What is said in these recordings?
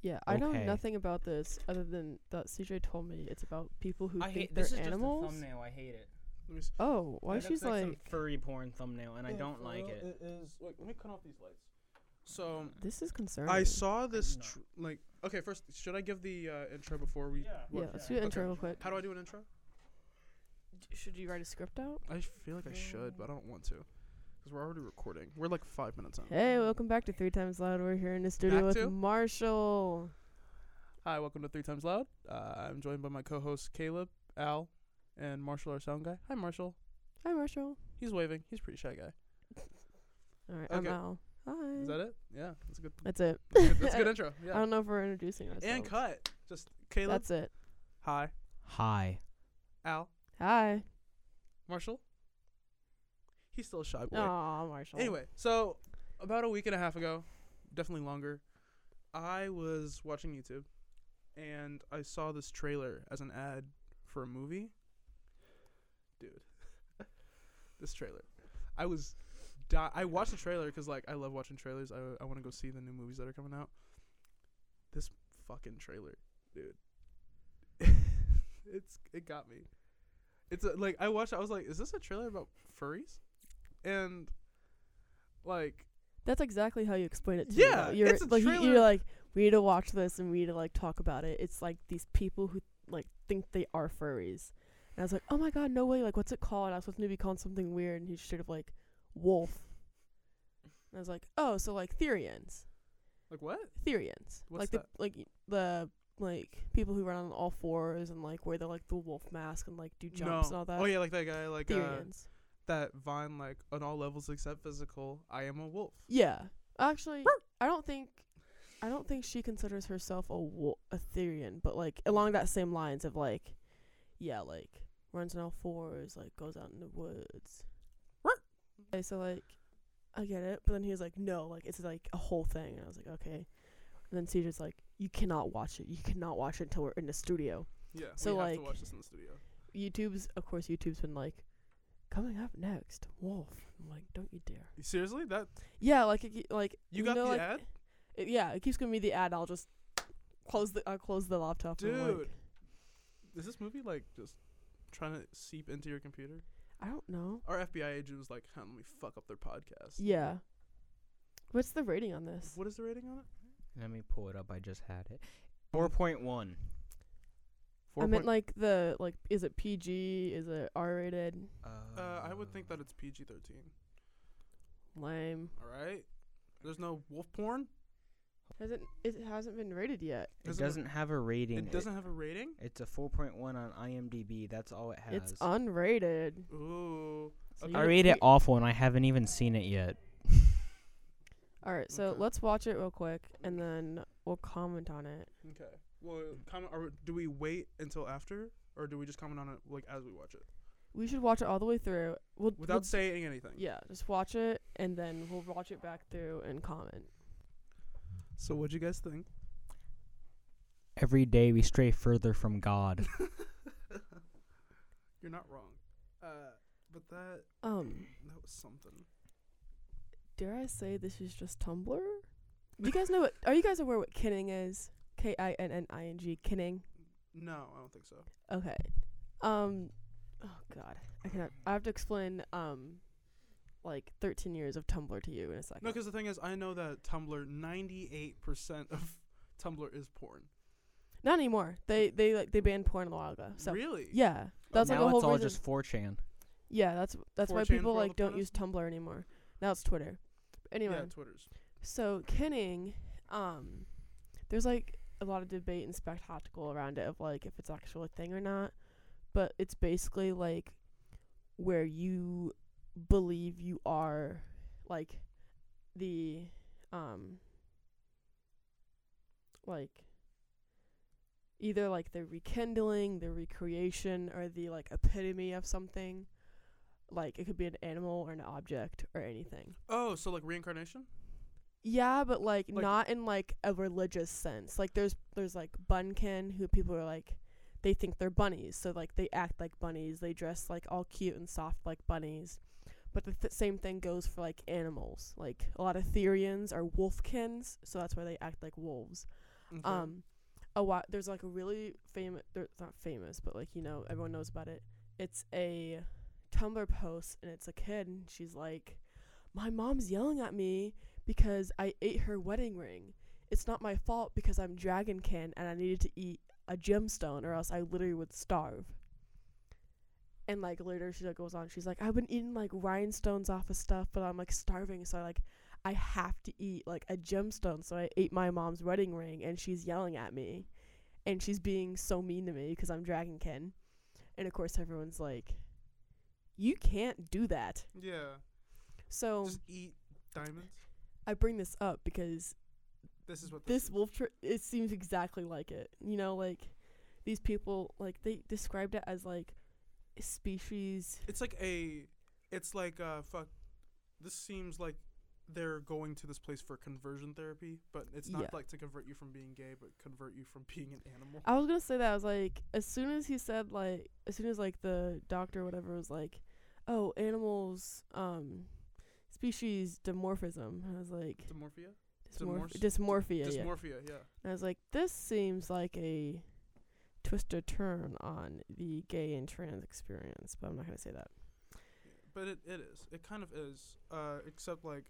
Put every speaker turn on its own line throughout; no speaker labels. Yeah, I know
Okay.
nothing about this other than that CJ told me it's about people who
I
think
hate
they're
this is
animals.
just a thumbnail. I hate it.
Let me see.
Oh, why
It
she's
looks like,
like,
some furry porn thumbnail, and I don't like it.
It is. Wait, let me cut off these lights. So
this is concerning.
I saw this.
No.
Tr- like, okay, first, should I give the uh, intro before we?
Yeah, let's do an
Okay.
intro real quick.
How do I do an intro?
Should you write a script out?
I feel like I should, but I don't want to, because we're already recording. We're like five minutes in.
Hey,
Um,
welcome back to Three Times Loud. We're here in the studio
Back
with
to?
Marshall.
Hi, welcome to Three Times Loud. Uh, I'm joined by my co-hosts Caleb, Al, and Marshall, our sound guy. Hi, Marshall.
Hi, Marshall.
He's waving. He's a pretty shy guy.
All right, I'm
Okay.
Al. Hi.
Is that it? Yeah, that's a good.
That's it.
That's a good, that's a good intro.
I
Yeah.
don't know if we're introducing ourselves.
And cut. Just Caleb.
That's it.
Hi,
Hi.
Al,
Hi.
Marshall. He's still a shy boy.
Aw, Marshall.
Anyway, so about a week and a half ago, definitely longer, I was watching YouTube and I saw this trailer as an ad for a movie. Dude, this trailer. I was. Di- I watched the trailer because, like, I love watching trailers. I, I want to go see the new movies that are coming out. This fucking trailer, dude. it's it got me. It's a, like I watched. I was like, is this a trailer about furries? And like
That's exactly how you explain it to me.
Yeah,
though. You're
it's a
like you-
trailer.
you're like we need to watch this and we need to like talk about it. It's like these people who like think they are furries. And I was like, "Oh my god, no way. Like what's it called?" I was supposed to be called something weird and he should have like wolf. And I was like, "Oh, so like Therians.
like what?
Therians.
What's
like
that?
the like y- the like people who run on all fours and like wear the like the wolf mask and like do jumps and all that.
Oh yeah, like that guy, like uh,
Therians.
that Vine, like on all levels except physical. I am a wolf.
Yeah. Actually, I don't think I don't think she considers herself a wo- a Therian, but like along that same lines of like yeah, like runs on all fours, like goes out in the woods. Okay, so like I get it, but then he was like, "No, like it's like a whole thing." And I was like, "Okay." And then CJ's like, "You cannot watch it. You cannot watch it until we're in the studio."
Yeah.
So,
we have to
like-
watch this in the studio.
YouTube's, of course, YouTube's been like, "Coming up next, Wolf." I'm like, "Don't you dare."
Seriously, that
Yeah, like it, ke- like
You got
know,
the
like,
ad?
it- yeah, it keeps giving me the ad. I'll just close the I'll close the laptop. and, like-
Dude. is this movie like just trying to seep into your computer?
I don't know.
Our FBI agent was like, huh, "Let me fuck up their podcast."
Yeah, what's the rating on this?
What is the rating on it?
Let me pull it up. I just had it. 4.1.
Four
I meant
point-
like the like is it PG? Is it R rated?
uh, I would think that it's PG thirteen.
Lame.
All right. There's no wolf porn.
Hasn't it hasn't been rated yet?
it
doesn't-
doesn't have a rating.
It doesn't have a rating.
It's a 4.1 on IMDb. That's all it has.
It's unrated.
Ooh.
So
Okay.
you
I
don't-
read it
you-
awful, and I haven't even seen it yet.
All right, so
Okay.
let's watch it real quick, and then we'll comment on it.
Okay. Well, comment. Are, do we wait until after, or do we just comment on it like as we watch it
We should watch it all the way through. We'll,
without
we'll,
saying anything?
yeah, just watch it, and then we'll watch it back through and comment.
So what'd you guys think?
Every day we stray further from God.
You're not wrong. Uh, but that
Um.
that was something.
dare I say this is just Tumblr? Do you guys know what? Are you guys aware what kinning is? K i n n i n g kinning.
No, I don't think so.
Okay. Um. Oh God, I cannot. I have to explain. Um, like 13 years of Tumblr to you in a second.
No, because the thing is, I know that Tumblr, 98% of Tumblr is porn.
Not anymore. They they like they banned porn a while ago. So
really?
yeah, that's
now
like a whole
it's all
reason.
just 4chan.
yeah, that's that's why
4chan
people
for all
like
the
don't
pornos?
use Tumblr anymore. Now it's Twitter. But anyway,
Yeah, Twitter's.
So Kenning, um, there's like a lot of debate and spectacle around it of like if it's actually a thing or not, but it's basically like where you believe you are, like the, um, like either like the rekindling, the recreation, or the like epitome of something. Like it could be an animal or an object or anything.
Oh, so like reincarnation?
Yeah, but like,
Like-
not in like a religious sense. Like there's there's like bunkin who people are like they think they're bunnies, so like they act like bunnies, they dress like all cute and soft like bunnies. But the th- same thing goes for like animals. Like a lot of Therians are wolfkins, so that's why they act like wolves.
Okay.
Um, a wa- there's like a really famous, it's not famous, but like you know everyone knows about it. It's a Tumblr post, and it's a kid, and she's like, "My mom's yelling at me because I ate her wedding ring. It's not my fault because I'm dragonkin and I needed to eat a gemstone, or else I literally would starve." And like later, she like goes on. She's like, "I've been eating like rhinestones off of stuff, but I'm like starving, so I like I have to eat like a gemstone. So I ate my mom's wedding ring, and she's yelling at me, and she's being so mean to me because I'm Dragonkin. And of course, everyone's like, "You can't do that."
yeah.
So
Just eat diamonds.
I bring this up because
This is what
this wolf tri- it seems exactly like it. You know, like these people like they described it as like species.
It's like a. It's like uh fuck. This seems like they're going to this place for conversion therapy, but it's not
Yeah. Uh,
like to convert you from being gay, but convert you from being an animal.
I was gonna say that I was like, as soon as he said like, as soon as like the doctor or whatever was like, oh, animals, um, species dimorphism. I was like,
Dysmorphia.
dysmorph-
Dimorph-
dysmorphia. yeah.
Dysmorphia. Yeah.
And I was like, this seems like a twisted turn on the gay and trans experience, but I'm not gonna say that.
But it, it is. It kind of is. Uh, except like,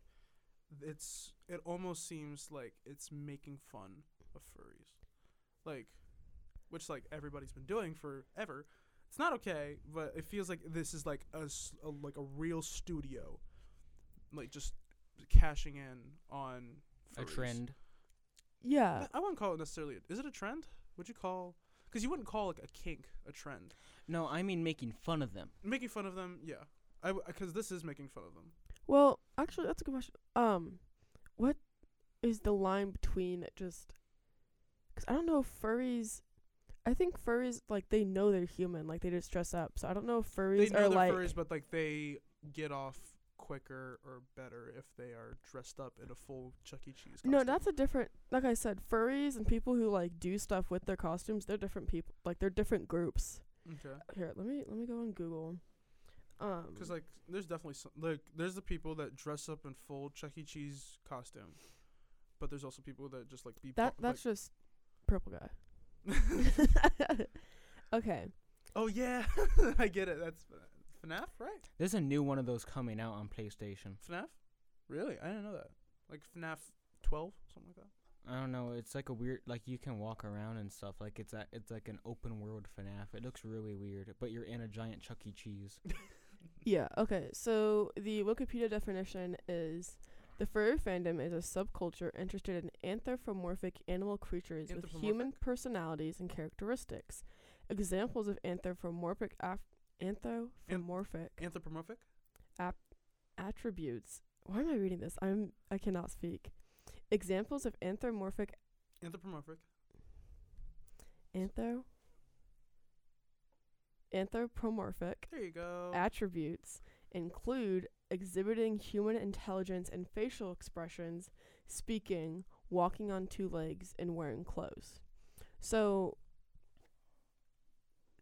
it's it almost seems like it's making fun of furries, like, which like everybody's been doing forever. It's not okay, but it feels like this is like a, s- a- like a real studio, like just cashing in on
a
furries.
trend.
Yeah,
I I wouldn't call it necessarily. Is it a trend? Would you call? Because you wouldn't call like a kink a trend.
No, I mean making fun of them.
Making fun of them, yeah. I because this is making fun of them.
Well, actually, that's a good question. Um, what is the line between just? Because I don't know if furries. I think furries like they know they're human, like they just dress up. So I don't know if
they
furries
know
are
they're
like.
furries, but like they get off quicker or better if they are dressed up in a full Chuck E. Cheese. Costume.
no, that's a different. Like I said, furries and people who like do stuff with their costumes, they're different people. Like they're different groups.
okay.
Here, let me let me go on Google. Um,
Because like, there's definitely some like there's the people that dress up in full Chuck E. Cheese costume, but there's also people that just like be
that
pop-
that's just purple guy.
like-
okay.
oh yeah, I get it. That's F- FNAF, right?
There's a new one of those coming out on PlayStation.
FNAF, really? I didn't know that. Like FNAF 12, something like that.
I don't know. It's like a weird, like you can walk around and stuff. Like it's a, it's like an open world FNAF. It looks really weird, but you're in a giant Chuck E. Cheese.
Yeah, okay. So the Wikipedia definition is the furry fandom is a subculture interested in anthropomorphic animal creatures with human
Anthropomorphic?
personalities and characteristics. Examples of anthropomorphic af- anthropomorphic
Anthropomorphic.
attributes. Why am I reading this? I'm I cannot speak. Examples of anthropomorphic
Anthropomorphic.
anthro anthropomorphic
There you go.
attributes include exhibiting human intelligence and facial expressions, speaking, walking on two legs, and wearing clothes. So,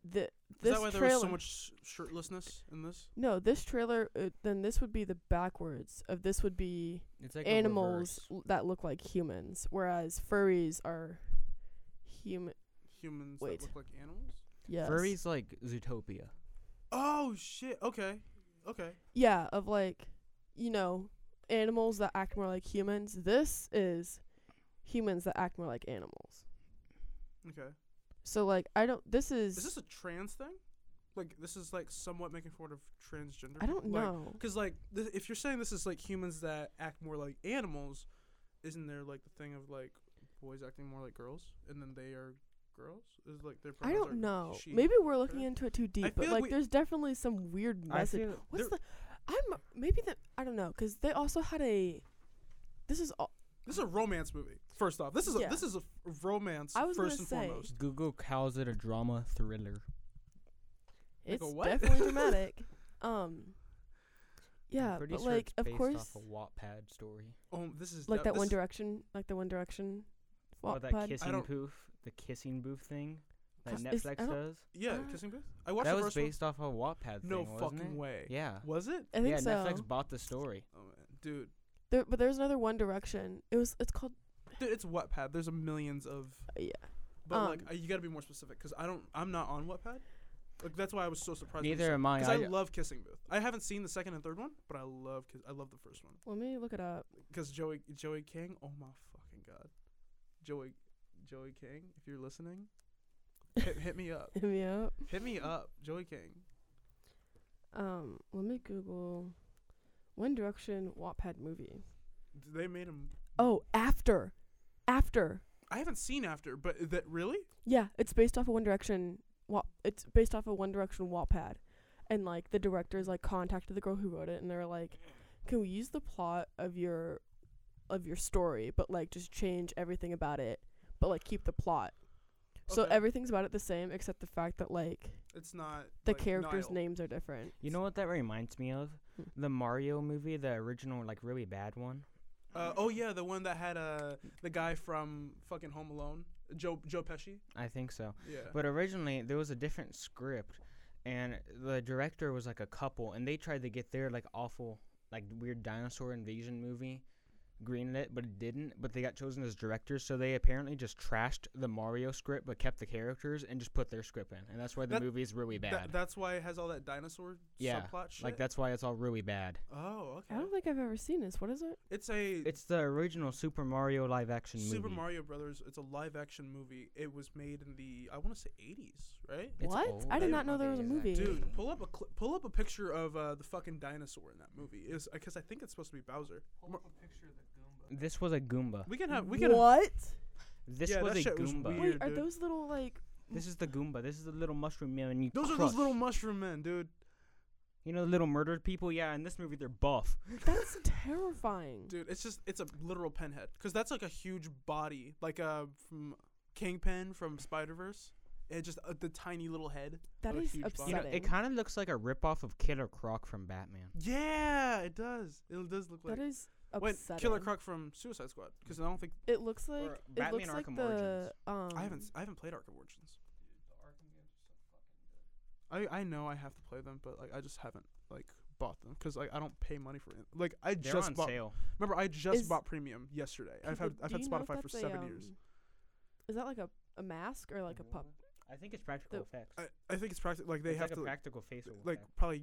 the
is
this
that why there
trailer.
was so much sh- shirtlessness in this?
no, this trailer. Uh, then this would be the backwards of this would be
It's like a
animals l-
reverse.
that look like humans, whereas furries are human.
humans
Wait.
that look like animals?
Yes.
Furries like Zootopia.
Oh shit. Okay. Okay.
Yeah, of like, you know, animals that act more like humans. This is humans that act more like animals.
Okay.
So like, I don't. This is.
Is this a trans thing? Like this is like somewhat making fun of transgender.
I don't
people? Like,
know.
Cause like th- if you're saying this is like humans that act more like animals, isn't there like the thing of like boys acting more like girls and then they are girls? Is like their
I
pronouns are
don't know.
she,
Maybe we're looking
her.
into it too deep, but
feel
like,
like we-
there's definitely some weird message. What's the? I'm maybe that I don't know because they also had a. This is all.
This is a romance movie. First off, this is
Yeah.
a, this is a f- romance
I was
first and
gonna say-
foremost.
Google calls it a drama thriller.
It's
a what?
definitely dramatic. Um. Yeah,
pretty
but
sure
like
it's
of
based
course,
off a Wattpad story.
Oh, this is
like
de-
that One
this-
Direction, like the One Direction. Wattpad.
Or Oh, that kissing
don't-
poof, the kissing booth thing that
Cause- is- I
Netflix
don't-
does.
Yeah,
Ah.
kissing booth. I watched
that
the
was
first one.
based off a Wattpad
No
thing, wasn't
fucking
it?
way.
Yeah.
Was it?
I think
yeah,
so.
Netflix bought the story.
Oh man, dude.
There, but there's another One Direction. It was it's called
Dude, it's Wattpad. There's a millions of.
Uh, yeah.
But like,
Um,
uh, you gotta be more specific because I don't. I'm not on Wattpad. Like that's why I was so surprised.
Neither am I.
Because I,
I,
love Kissing Booth. I haven't seen the second and third one, but I love. Kiss- I love the first one.
Let me look it up.
Because Joey Joey King. Oh my fucking god. Joey Joey King, if you're listening, hit, hit me up.
Hit me up.
Hit me up, Joey King.
Um, let me Google One Direction Wattpad movie.
D- They made him.
Oh, after, after.
I haven't seen after, but that really.
Yeah, it's based off of One Direction. Wa- it's based off of One Direction Wattpad, and like the directors like contacted the girl who wrote it, and they were like, "Can we use the plot of your, of your story, but like just change everything about it, but like keep the plot." So
Okay.
everything's about it the same except the fact that like
It's not
the
like,
characters'
Niall.
names are different.
you know what that reminds me of?
Hmm.
The Mario movie, the original, like really bad one.
Uh, oh yeah, the one that had uh the guy from fucking Home Alone, Joe Joe Pesci.
I think so.
Yeah.
But originally there was a different script, and the director was like a couple, and they tried to get their like awful, like weird dinosaur invasion movie greenlit, but it didn't. But they got chosen as directors, so they apparently just trashed the Mario script, but kept the characters and just put their script in, and that's why the
That-
movie is really
Tha-
bad.
that's why it has all that dinosaur
Yeah,
subplot shit.
like that's why it's all really bad.
Oh,
I
okay.
don't think I've ever seen this. What is it?
It's a
It's the original Super Mario live action movie.
Super Mario Brothers. It's a live action movie. It was made in the I want to say 80s, right?
It's
What?
old.
I
did
not know there was a
Nowadays,
movie.
actually.
Dude, pull up a cl- pull up a picture of uh, the fucking dinosaur in that movie. Is because I think it's supposed to be Bowser.
This was a Goomba.
We can have we can.
what?
This
Yeah,
was
that
a
shit was
Goomba.
weird.
Wait, are
dude.
those little like
This is the Goomba. This is the little mushroom man. And you
Those are
crush.
those little mushroom men, dude.
You know, the little murdered people. Yeah, in this movie they're buff.
That's terrifying.
Dude, it's just it's a literal pinhead because that's like a huge body, like uh from Kingpin from Spider Verse. It just uh, the tiny little head.
that
what a
is
huge body.
You know,
upsetting.
it kind of looks like a ripoff of Killer Croc from Batman.
Yeah, it does. It does look like
that is
Wait,
upsetting.
Killer Croc from Suicide Squad because I don't think
It looks like
Or
it
Batman
looks like
Arkham
the
Origins.
um.
I haven't s- I haven't played Arkham Origins. I I know I have to play them, but like I just haven't like bought them because like I don't pay money for it. Like I
They're
just
on
bought.
sale.
Remember, I just
Is-
bought premium yesterday.
Could-
I've had I've
do
had
you know if
Spotify for
that's a,
seven years.
um, Is that like a a mask or like a pup?
I think it's practical
The-
effects.
I, I think it's practical. Like they
it's
have
like
to
a
like,
practical facial
like
effect.
probably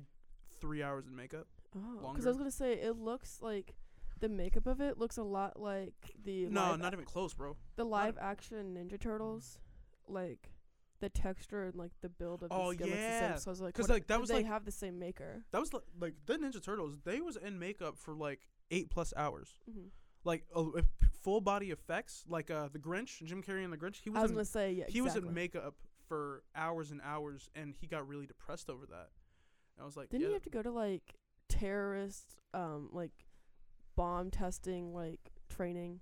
three hours in makeup.
Oh, because I was
Longer.
gonna say it looks like the makeup of it looks a lot like uh, the
No,
live,
not even close, bro.
the live action Ninja Turtles, like the texture and like the build of
Oh,
the skin looks the
yeah.
same. So I was like,
'Cause,
what-
like, that
did
was,
they
like-
have the same maker.
That was like, like the Ninja Turtles. They was in makeup for like eight plus hours.
Mhm.
Like a, a full body effects. Like uh, the Grinch, Jim Carrey and the Grinch. He was
I was
in
gonna say yeah.
he was in
exactly.
makeup for hours and hours and he got really depressed over that and i was like
Didn't
yeah
you have to go to like terrorist, um, like bomb testing, like training?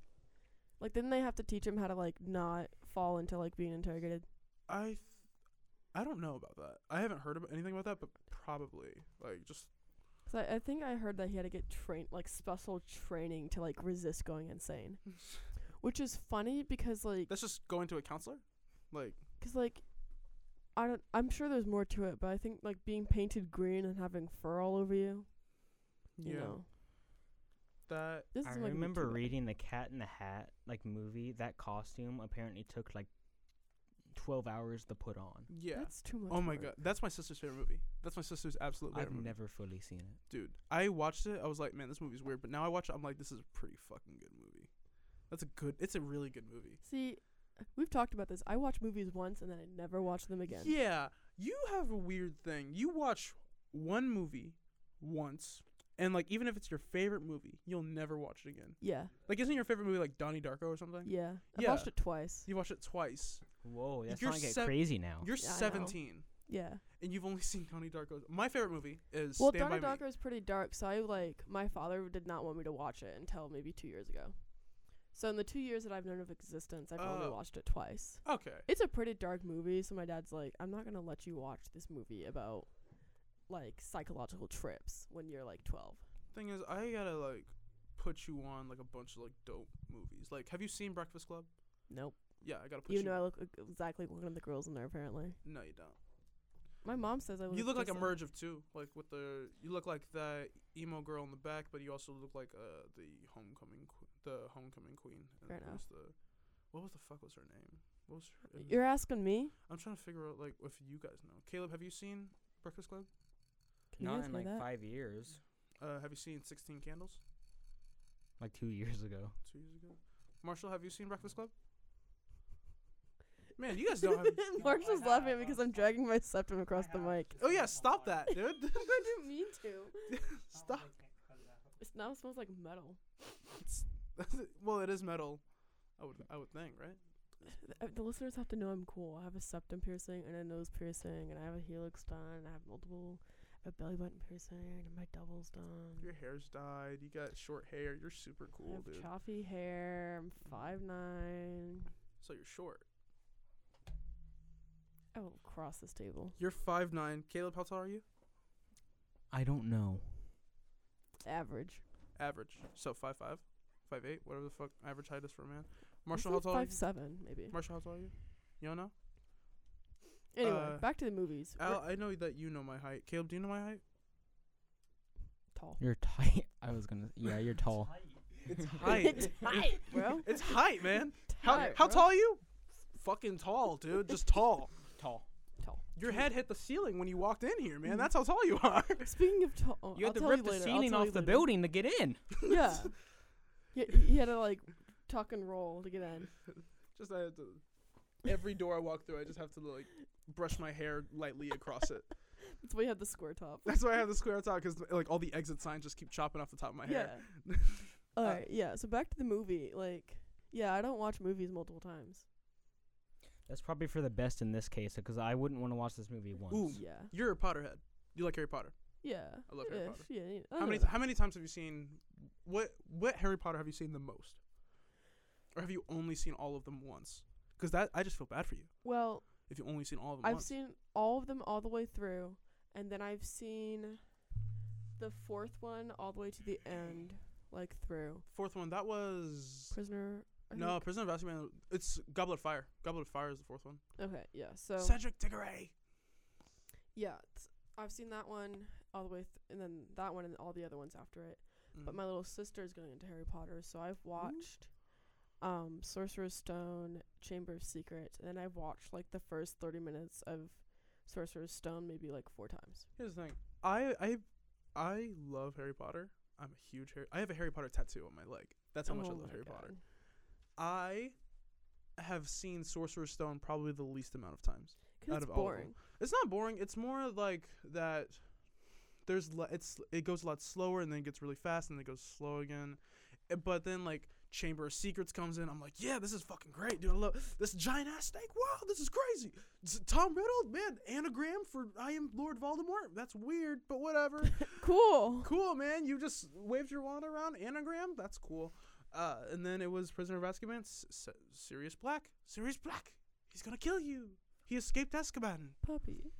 Like, didn't they have to teach him how to like not fall into like being interrogated?
i th- i don't know about that i haven't heard about anything about that but probably like just
'Cause I, I think I heard that he had to get trained, like special training to like resist going insane, which is funny because like,
that's just going to a counselor like
cause like, I don't. I'm sure there's more to it, but I think like being painted green and having fur all over you. You
Yeah.
know,
that
this
I
is
remember reading the Cat in the Hat like movie. That costume apparently took like twelve hours to put on.
yeah
That's too much.
oh my
work.
god that's my sister's favorite movie that's my sister's absolute favorite
I've
movie.
never fully seen it.
dude i watched it i was like man this movie's weird but now i watch it i'm like this is a pretty fucking good movie that's a good it's a really good movie
See, we've talked about this. I watch movies once and then I never watch them again.
Yeah, you have a weird thing. You watch one movie once, and like even if it's your favorite movie, you'll never watch it again.
Yeah.
Like, isn't your favorite movie like Donnie Darko or something?
Yeah. I
Yeah.
watched it twice.
You watch it twice.
Whoa, that's
You're
not get
sev-
crazy now.
You're
Oh, Yeah, I know.
17,
Yeah.
and you've only seen Donnie Darko. My favorite movie is
well,
Stand
Donnie
by
Darko is pretty dark, so I like my father did not want me to watch it until maybe two years ago. So in the two years that I've known of existence, I've only
Oh.
watched it twice.
Me. Okay.
It's a pretty dark movie, so my dad's like, "I'm not gonna let you watch this movie about like psychological trips when you're like 12."
Thing is, I gotta like put you on like a bunch of like dope movies. Like, have you seen Breakfast Club?
Nope.
Yeah, I gotta put
Even
you.
e-, though I look exactly like one of the girls in there, apparently.
no, you don't.
My mom says I.
You
look
look like a
just
merge of two, like with the you look like the emo girl in the back, but you also look like uh the homecoming qu- the homecoming queen. And
Fair
who
enough.
was the what was the fuck was her name? What was her? it was-
You're asking me.
I'm trying to figure out like if you guys know. Caleb, have you seen Breakfast Club?
Can you
Not
guys
in
know
like
that?
five years.
Uh, have you seen Sixteen Candles?
Like two years ago.
Two years ago. Marshall, have you seen Breakfast Club? Man, you guys don't have.
Marshall's laughing at me because I'm dragging my septum across the mic.
Oh yeah, stop that, dude.
I didn't mean to.
stop.
It now smells like metal.
well, it is metal. I would I would think, right?
Uh, The listeners have to know I'm cool. I have a septum piercing and a nose piercing, and I have a helix done. and I have multiple. I have a belly button piercing, and my double's done.
Your hair's dyed. You got short hair. You're super
I
cool,
have
dude.
choppy hair. I'm five nine.
So you're short.
I will cross this table.
You're five nine. Caleb, how tall are you?
I don't know.
Average.
Average. So five five, five eight. Whatever the fuck average height is for a man.
I'm
Marshall, how
still
tall? Are you?
Five seven, maybe.
Marshall, how tall are you? You don't know?
Anyway,
uh,
back to the movies. We're
Al, I know that you know my height. Caleb, do you know my height?
tall.
You're tight. I was gonna. Yeah, you're tall.
It's height.
Tight, bro.
it's height, man. How
Tight,
how
bro.
tall are you? Fucking tall, dude. Just tall.
tall.
Your head hit the ceiling when you walked in here,
Hmm.
man. That's how tall you are.
Speaking of tall, oh,
You
I'll
had to
tell
rip the
later, I'll
ceiling
tell
off
you
the
later.
building to get in.
Yeah. He, he had to like tuck and roll to get in.
Just I have to. Every door I walk through, I just have to like brush my hair lightly across it.
That's why he had the square top.
That's why I have the square on top because like all the exit signs just keep chopping off the top of my
Yeah.
hair. Uh,
All right. Yeah. So back to the movie. Like, yeah, I don't watch movies multiple times.
That's probably for the best in this case because I wouldn't want to watch this movie once.
Ooh.
Yeah.
You're a Potterhead. You like Harry Potter.
Yeah.
I love Harry Potter.
Yeah. yeah I
How
know
many
that.
how many times have you seen what what Harry Potter have you seen the most? Or have you only seen all of them once? Cuz that I just feel bad for you
well,
if you only seen all of them
I've
once.
seen all of them all the way through, and then I've seen the fourth one all the way to the end, like through
Fourth one that was
Prisoner. I
No, Prisoner of Azkaban. It's Goblet of Fire. Goblet of Fire is the fourth one.
think. Okay. Yeah. So.
Cedric Diggory.
Yeah, it's, I've seen that one all the way, th- and then that one, and all the other ones after it.
Mm-hmm.
But my little sister is going into Harry Potter, so I've watched um, Sorcerer's Stone, Chamber of Secrets, and then I've watched like the first thirty minutes of Sorcerer's Stone, maybe like four times.
Here's the thing. I I I love Harry Potter. I'm a huge Harry. I have a Harry Potter tattoo on my leg. That's how much I
Oh
love
my
Harry Potter.
God.
I have seen Sorcerer's Stone probably the least amount of times.
'Cause
Out
it's
of all of them.
boring.
It's not boring. It's more like that. There's le- it's it goes a lot slower and then it gets really fast and then it goes slow again, Uh, but then like Chamber of Secrets comes in. I'm like, yeah, this is fucking great, dude. I love this giant ass snake. Wow, this is crazy. S- Tom Riddle, man, anagram for I am Lord Voldemort. That's weird, but whatever
Cool.
cool, man. You just waved your wand around. Anagram. That's cool. Uh, and then it was Prisoner of Azkaban. S- S- Sirius Black. Sirius Black. He's gonna kill you. He escaped Azkaban.
Puppy.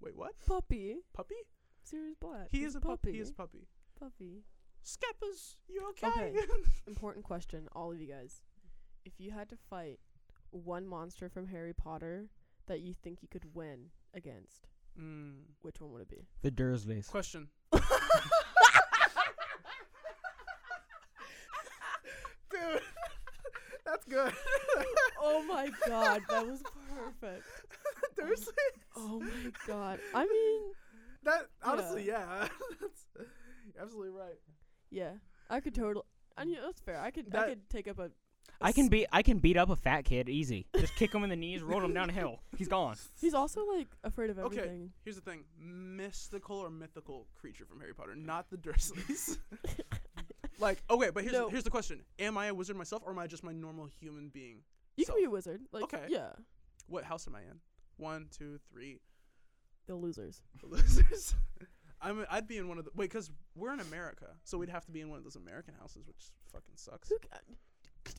Wait, what?
Puppy.
Puppy?
Sirius Black.
He
He's
is a puppy. He is puppy.
puppy.
Skeppers, you okay?
Okay. Important question, all of you guys. If you had to fight one monster from Harry Potter that you think you could win against,
mm.
which one would it be?
The Dursleys.
Question. Dude, that's good.
oh my god, that was perfect.
There's
Oh my god. I mean,
that. Honestly, yeah. that's you're absolutely right.
yeah, I could totally. I mean, that's fair. I could
That-
I could take up a.
I can beat I can beat up a fat kid easy. Just kick him in the knees, roll him downhill. He's gone.
He's also like afraid of
Okay.
everything.
Here's the thing: mystical or mythical creature from Harry Potter, not the Dursleys. like, okay, but here's
No.
here's the question: Am I a wizard myself, or am I just my normal human being?
You
So-
can be a wizard. Like,
Okay.
yeah,
What house am I in? One, two, three.
the losers.
The losers. I'm. I'd be in one of the. Wait, because we're in America, so we'd have to be in one of those American houses, which fucking sucks.
Who ca-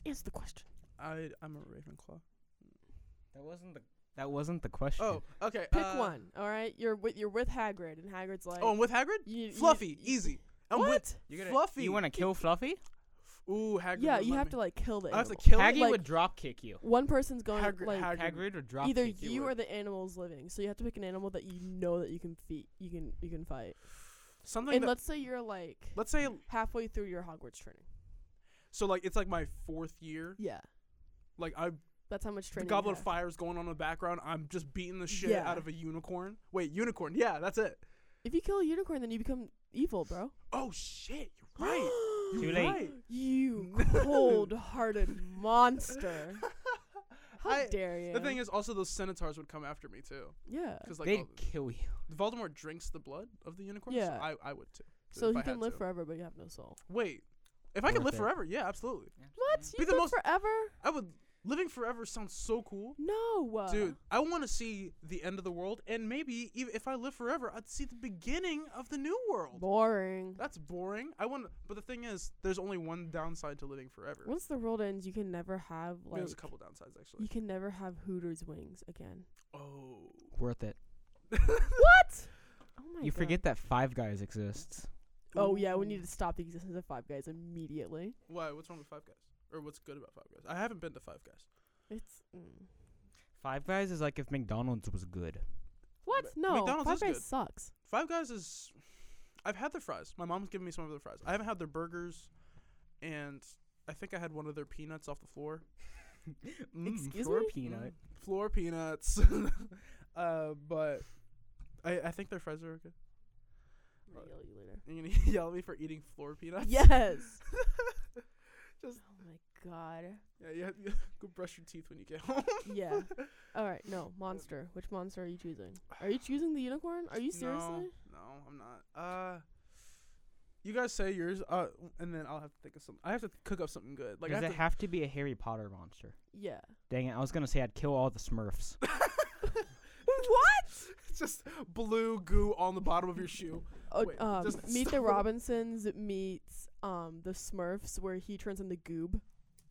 answer the question?
I. I'm a Ravenclaw.
That wasn't the that wasn't the question.
Oh, okay.
Pick
uh,
one. All right, you're with you're with Hagrid, and Hagrid's like,
Oh, I'm with Hagrid.
you, you-
Fluffy,
you-
easy. I'm
what?
with
You're gonna-
Fluffy.
You want to kill Fluffy?
Ooh, Hagrid.
yeah,
would
you
let
have
me.
to like kill the.
I have to
animal.
kill
Hagrid
like-
would drop kick you.
One person's going
Hagrid-
like
Hagrid-
Hagrid would drop
either
kick you.
you
would.
or the animal's living. So you have to pick an animal that you know that you can feed, you can you can fight.
something.
And
That,
let's say you're like
let's say
halfway through your Hogwarts training.
so, like it's like my fourth year.
Yeah,
Like I,
that's how much
the
training. you
Goblet of
have.
Fire is going on in the background. I'm just beating the shit
Yeah.
out of a unicorn. Wait, unicorn? Yeah, that's it.
If you kill a unicorn, then you become evil, bro.
Oh shit, you're right. You're
Too late.
right.
You cold-hearted monster! How
I-
dare you?
The thing is, also those centaurs would come after me too,
yeah.
because like
They'd
all-
kill you.
Voldemort drinks the blood of the unicorn.
Yeah.
so I I would too.
So
if
you
I
can
had
live
to.
forever, but you have no soul.
Wait, if I could
Worth
live
it.
forever, yeah, absolutely.
What?
Be
You
the
live
most-
forever?
I would. Living forever sounds so cool.
No,
Dude, I want to see the end of the world, and maybe even if I live forever, I'd see the beginning of the new world.
Boring.
That's boring. I want, but the thing is, there's only one downside to living forever.
Once the world ends, you can never have
I mean,
like
there's a couple downsides
you
actually.
can never have Hooters wings again.
Oh,
Worth it.
What? Oh my
You forget that Five Guys exists.
God. Oh yeah, we
Ooh.
need to stop the existence of Five Guys immediately.
Why? What's wrong with Five Guys? Or what's good about Five Guys? I haven't been to Five Guys.
It's mm.
Five Guys is like if McDonald's was good.
what?
But
No,
McDonald's
Five
is
Guys
good.
sucks.
Five Guys is, I've had their fries. My mom's given me some of their fries. I haven't had their burgers, and I think I had one of their peanuts off the floor.
Excuse
for
me?
a peanut.
Mm, floor peanuts. uh, but I I think their fries are okay.
I'm gonna
Uh,
yell at you later.
You're gonna yell at me for eating floor peanuts?
Yes.
Just-
Oh my God.
Yeah, you, have- you go brush your teeth when you get home.
Yeah. All right. No monster. Which monster are you choosing? Are you choosing the unicorn? Are you seriously?
Um, No, no, I'm not. Uh, you guys say yours. Uh, and then I'll have to think of something. I have to cook up something good. Like
Does
I have
it have to be a Harry Potter monster?
Yeah.
Dang it! I was gonna say I'd kill all the Smurfs.
what? Just blue goo on the bottom of your shoe.
Oh,
Wait,
um,
just
Meet the
stop.
Robinsons meets um the Smurfs where he turns into Goob.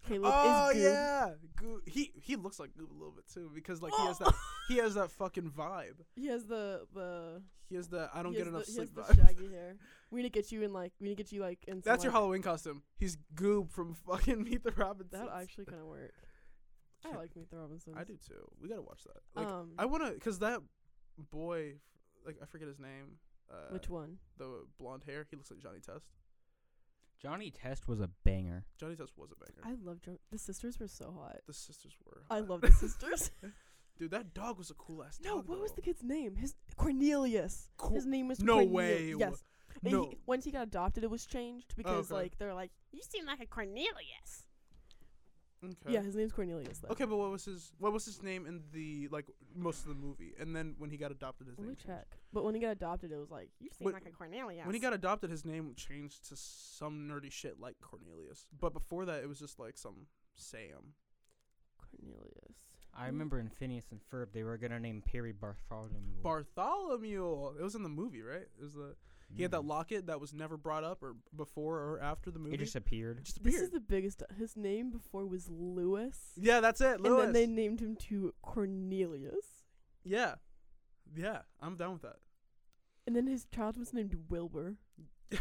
Caleb
oh
is Goob.
yeah, goo. He he looks like Goob a little bit too because like he has that he has that fucking vibe.
He has the the.
He has the I don't
he
get
has
enough
the,
sleep
He has the
vibe.
shaggy hair. We need to get you in like we need to get you like in. some,
That's your
like-
Halloween costume. He's Goob from fucking Meet the Robinsons.
That would actually kind of work. I
Can't-
like Meet the Robinsons.
I do too. We gotta watch that. Like
um,
I wanna cause that boy, like I forget his name. Uh,
which one?
The blonde hair. He looks like Johnny Test.
Johnny Test was a banger.
Johnny Test was a
I
banger.
love John. The sisters were so hot.
the sisters were.
I
hot.
love the sisters.
Dude, that dog was a cool ass.
no,
dog,
what was
though.
the kid's name? His Cornelius.
Cool.
His name was
No
Cornel-
way.
Yes. And
No. Oh,
He, once he got adopted, it was changed because
okay.
like they're like you seem like a Cornelius.
Okay.
Yeah, his name's Cornelius. Though.
Okay, but what was his what was his name in the like most of the movie? And then when he got adopted, his
Let
name.
me
changed.
check. But when he got adopted, it was like you seem
When-
like a Cornelius.
When he got adopted, his name changed to some nerdy shit like Cornelius. But before that, it was just like some Sam.
Cornelius.
I remember in Phineas and Ferb they were gonna name Perry Bartholomew.
Bartholomew. It was in the movie, right? It was the he had that
Mm.
locket that was never brought up or before or after the movie.
It just appeared.
It just
This
appeared.
is the biggest. His name before was Lewis.
yeah, that's it. Lewis.
And then they named him to Cornelius.
yeah, yeah. I'm down with that.
And then his child was named Wilbur.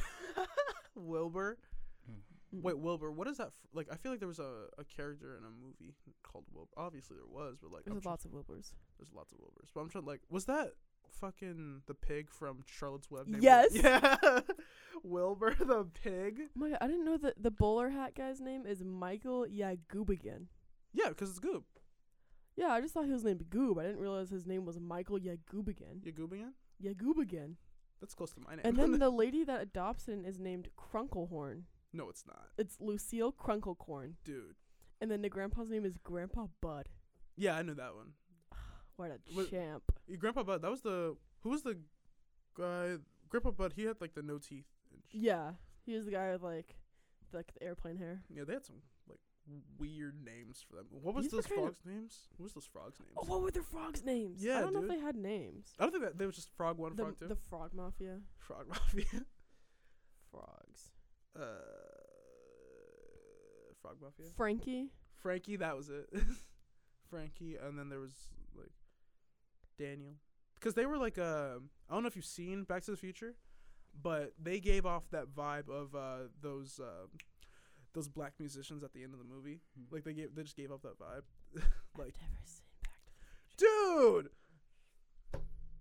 Wilbur.
Mm.
Mm.
Wait, Wilbur. What is that? F- like, I feel like there was a, a character in a movie called Wilbur. Obviously, there was, but like, I'm
There's
try-
lots of Wilburs.
There's lots of Wilburs. But I'm trying like was that fucking the pig from Charlotte's Web? named Wil-
Yes.
Yeah. Wilbur the pig.
Oh my god, I didn't know that the bowler hat guy's name is Michael Yagubigan.
Yeah, because it's Goob.
Yeah, I just thought he was named Goob. I didn't realize his name was Michael Yagubigan.
You goobing it?
Yagubigan.
That's close to my name.
And then the lady that adopts him is named Crunklehorn.
no, it's not,
It's Lucille Crunklecorn.
dude.
And then the grandpa's name is Grandpa Bud.
Yeah, I knew that one.
What a
Wait.
champ.
Your Grandpa Bud. That was the who was the guy? Grandpa Bud. He had like the no teeth. And sh-
Yeah. He was the guy with like the, like the airplane hair.
Yeah, they had some like weird names for them. What was
These were
those
kind of-
frogs' names? What was those frogs' names?
Oh, what were their frogs' names? I
Yeah,
don't know
dude.
if they had names.
I don't think that they was just frog one,
the,
frog two,
the frog mafia.
frog mafia.
Frogs.
uh, Frog Mafia.
Frankie.
Frankie, that was it. Frankie, and then there was like Daniel, because they were like um I don't know if you've seen Back to the Future, but they gave off that vibe of uh, those um those black musicians at the end of the movie.
Hmm.
Like they gave they just gave up that vibe. like-
I've never seen Back to the
Dude.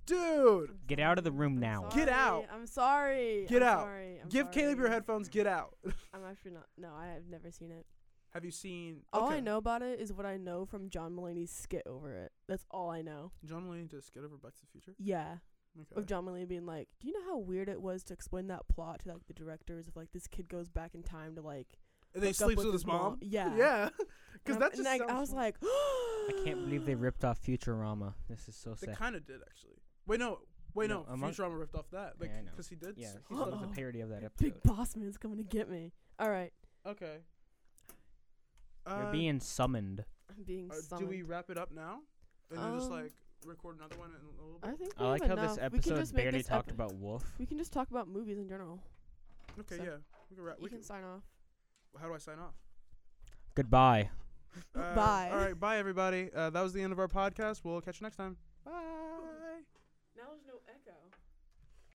Dude.
I'm
Get out of the
sorry,
room
I'm
now.
Get
sorry,
out.
I'm sorry.
Get
I'm
out.
Sorry. I'm
Give Caleb your
sorry.
headphones, get out.
I'm actually not. No, I have never seen it.
Have you seen
All Oh, I
okay.
know about it is what I know from John Mulaney's skit over it. That's all I know.
John Mulaney just get over Back to the Future?
Yeah.
Okay.
Of John Mulaney being like, do you know how weird it was to explain that plot to like the directors of like this kid goes back in time to like
And they
hook up
sleeps
with
with his mom?
Yeah.
Yeah.
And
Because
I'm-
that's just
and, like, I
sounds-
was like,
I can't believe they ripped off Futurama. This is so
They
sad.
kind of did actually. Wait no, wait
No,
no.
among-
Futurama ripped off that, like
Yeah, I know.
'cause he did.
Yeah,
s-
he's the one with
Uh-oh.
the parody of that episode.
Big boss man's coming to get me. All right,
Okay.
You're
Uh,
being summoned.
I'm being
uh, do
summoned.
we wrap it up now? And then just
Um,
like record another one in a little
I
bit.
think we
I like
have
how this
enough. We can
episode
just make
barely
this
talked
epi-
about Wolf.
We can just talk about movies in general.
Okay,
so-
yeah. We can wrap.
you
We
can,
can,
sign off.
how do I sign off?
Goodbye.
Uh,
Bye.
All right. Bye, everybody. Uh, that was the end of our podcast. We'll catch you next time. Bye.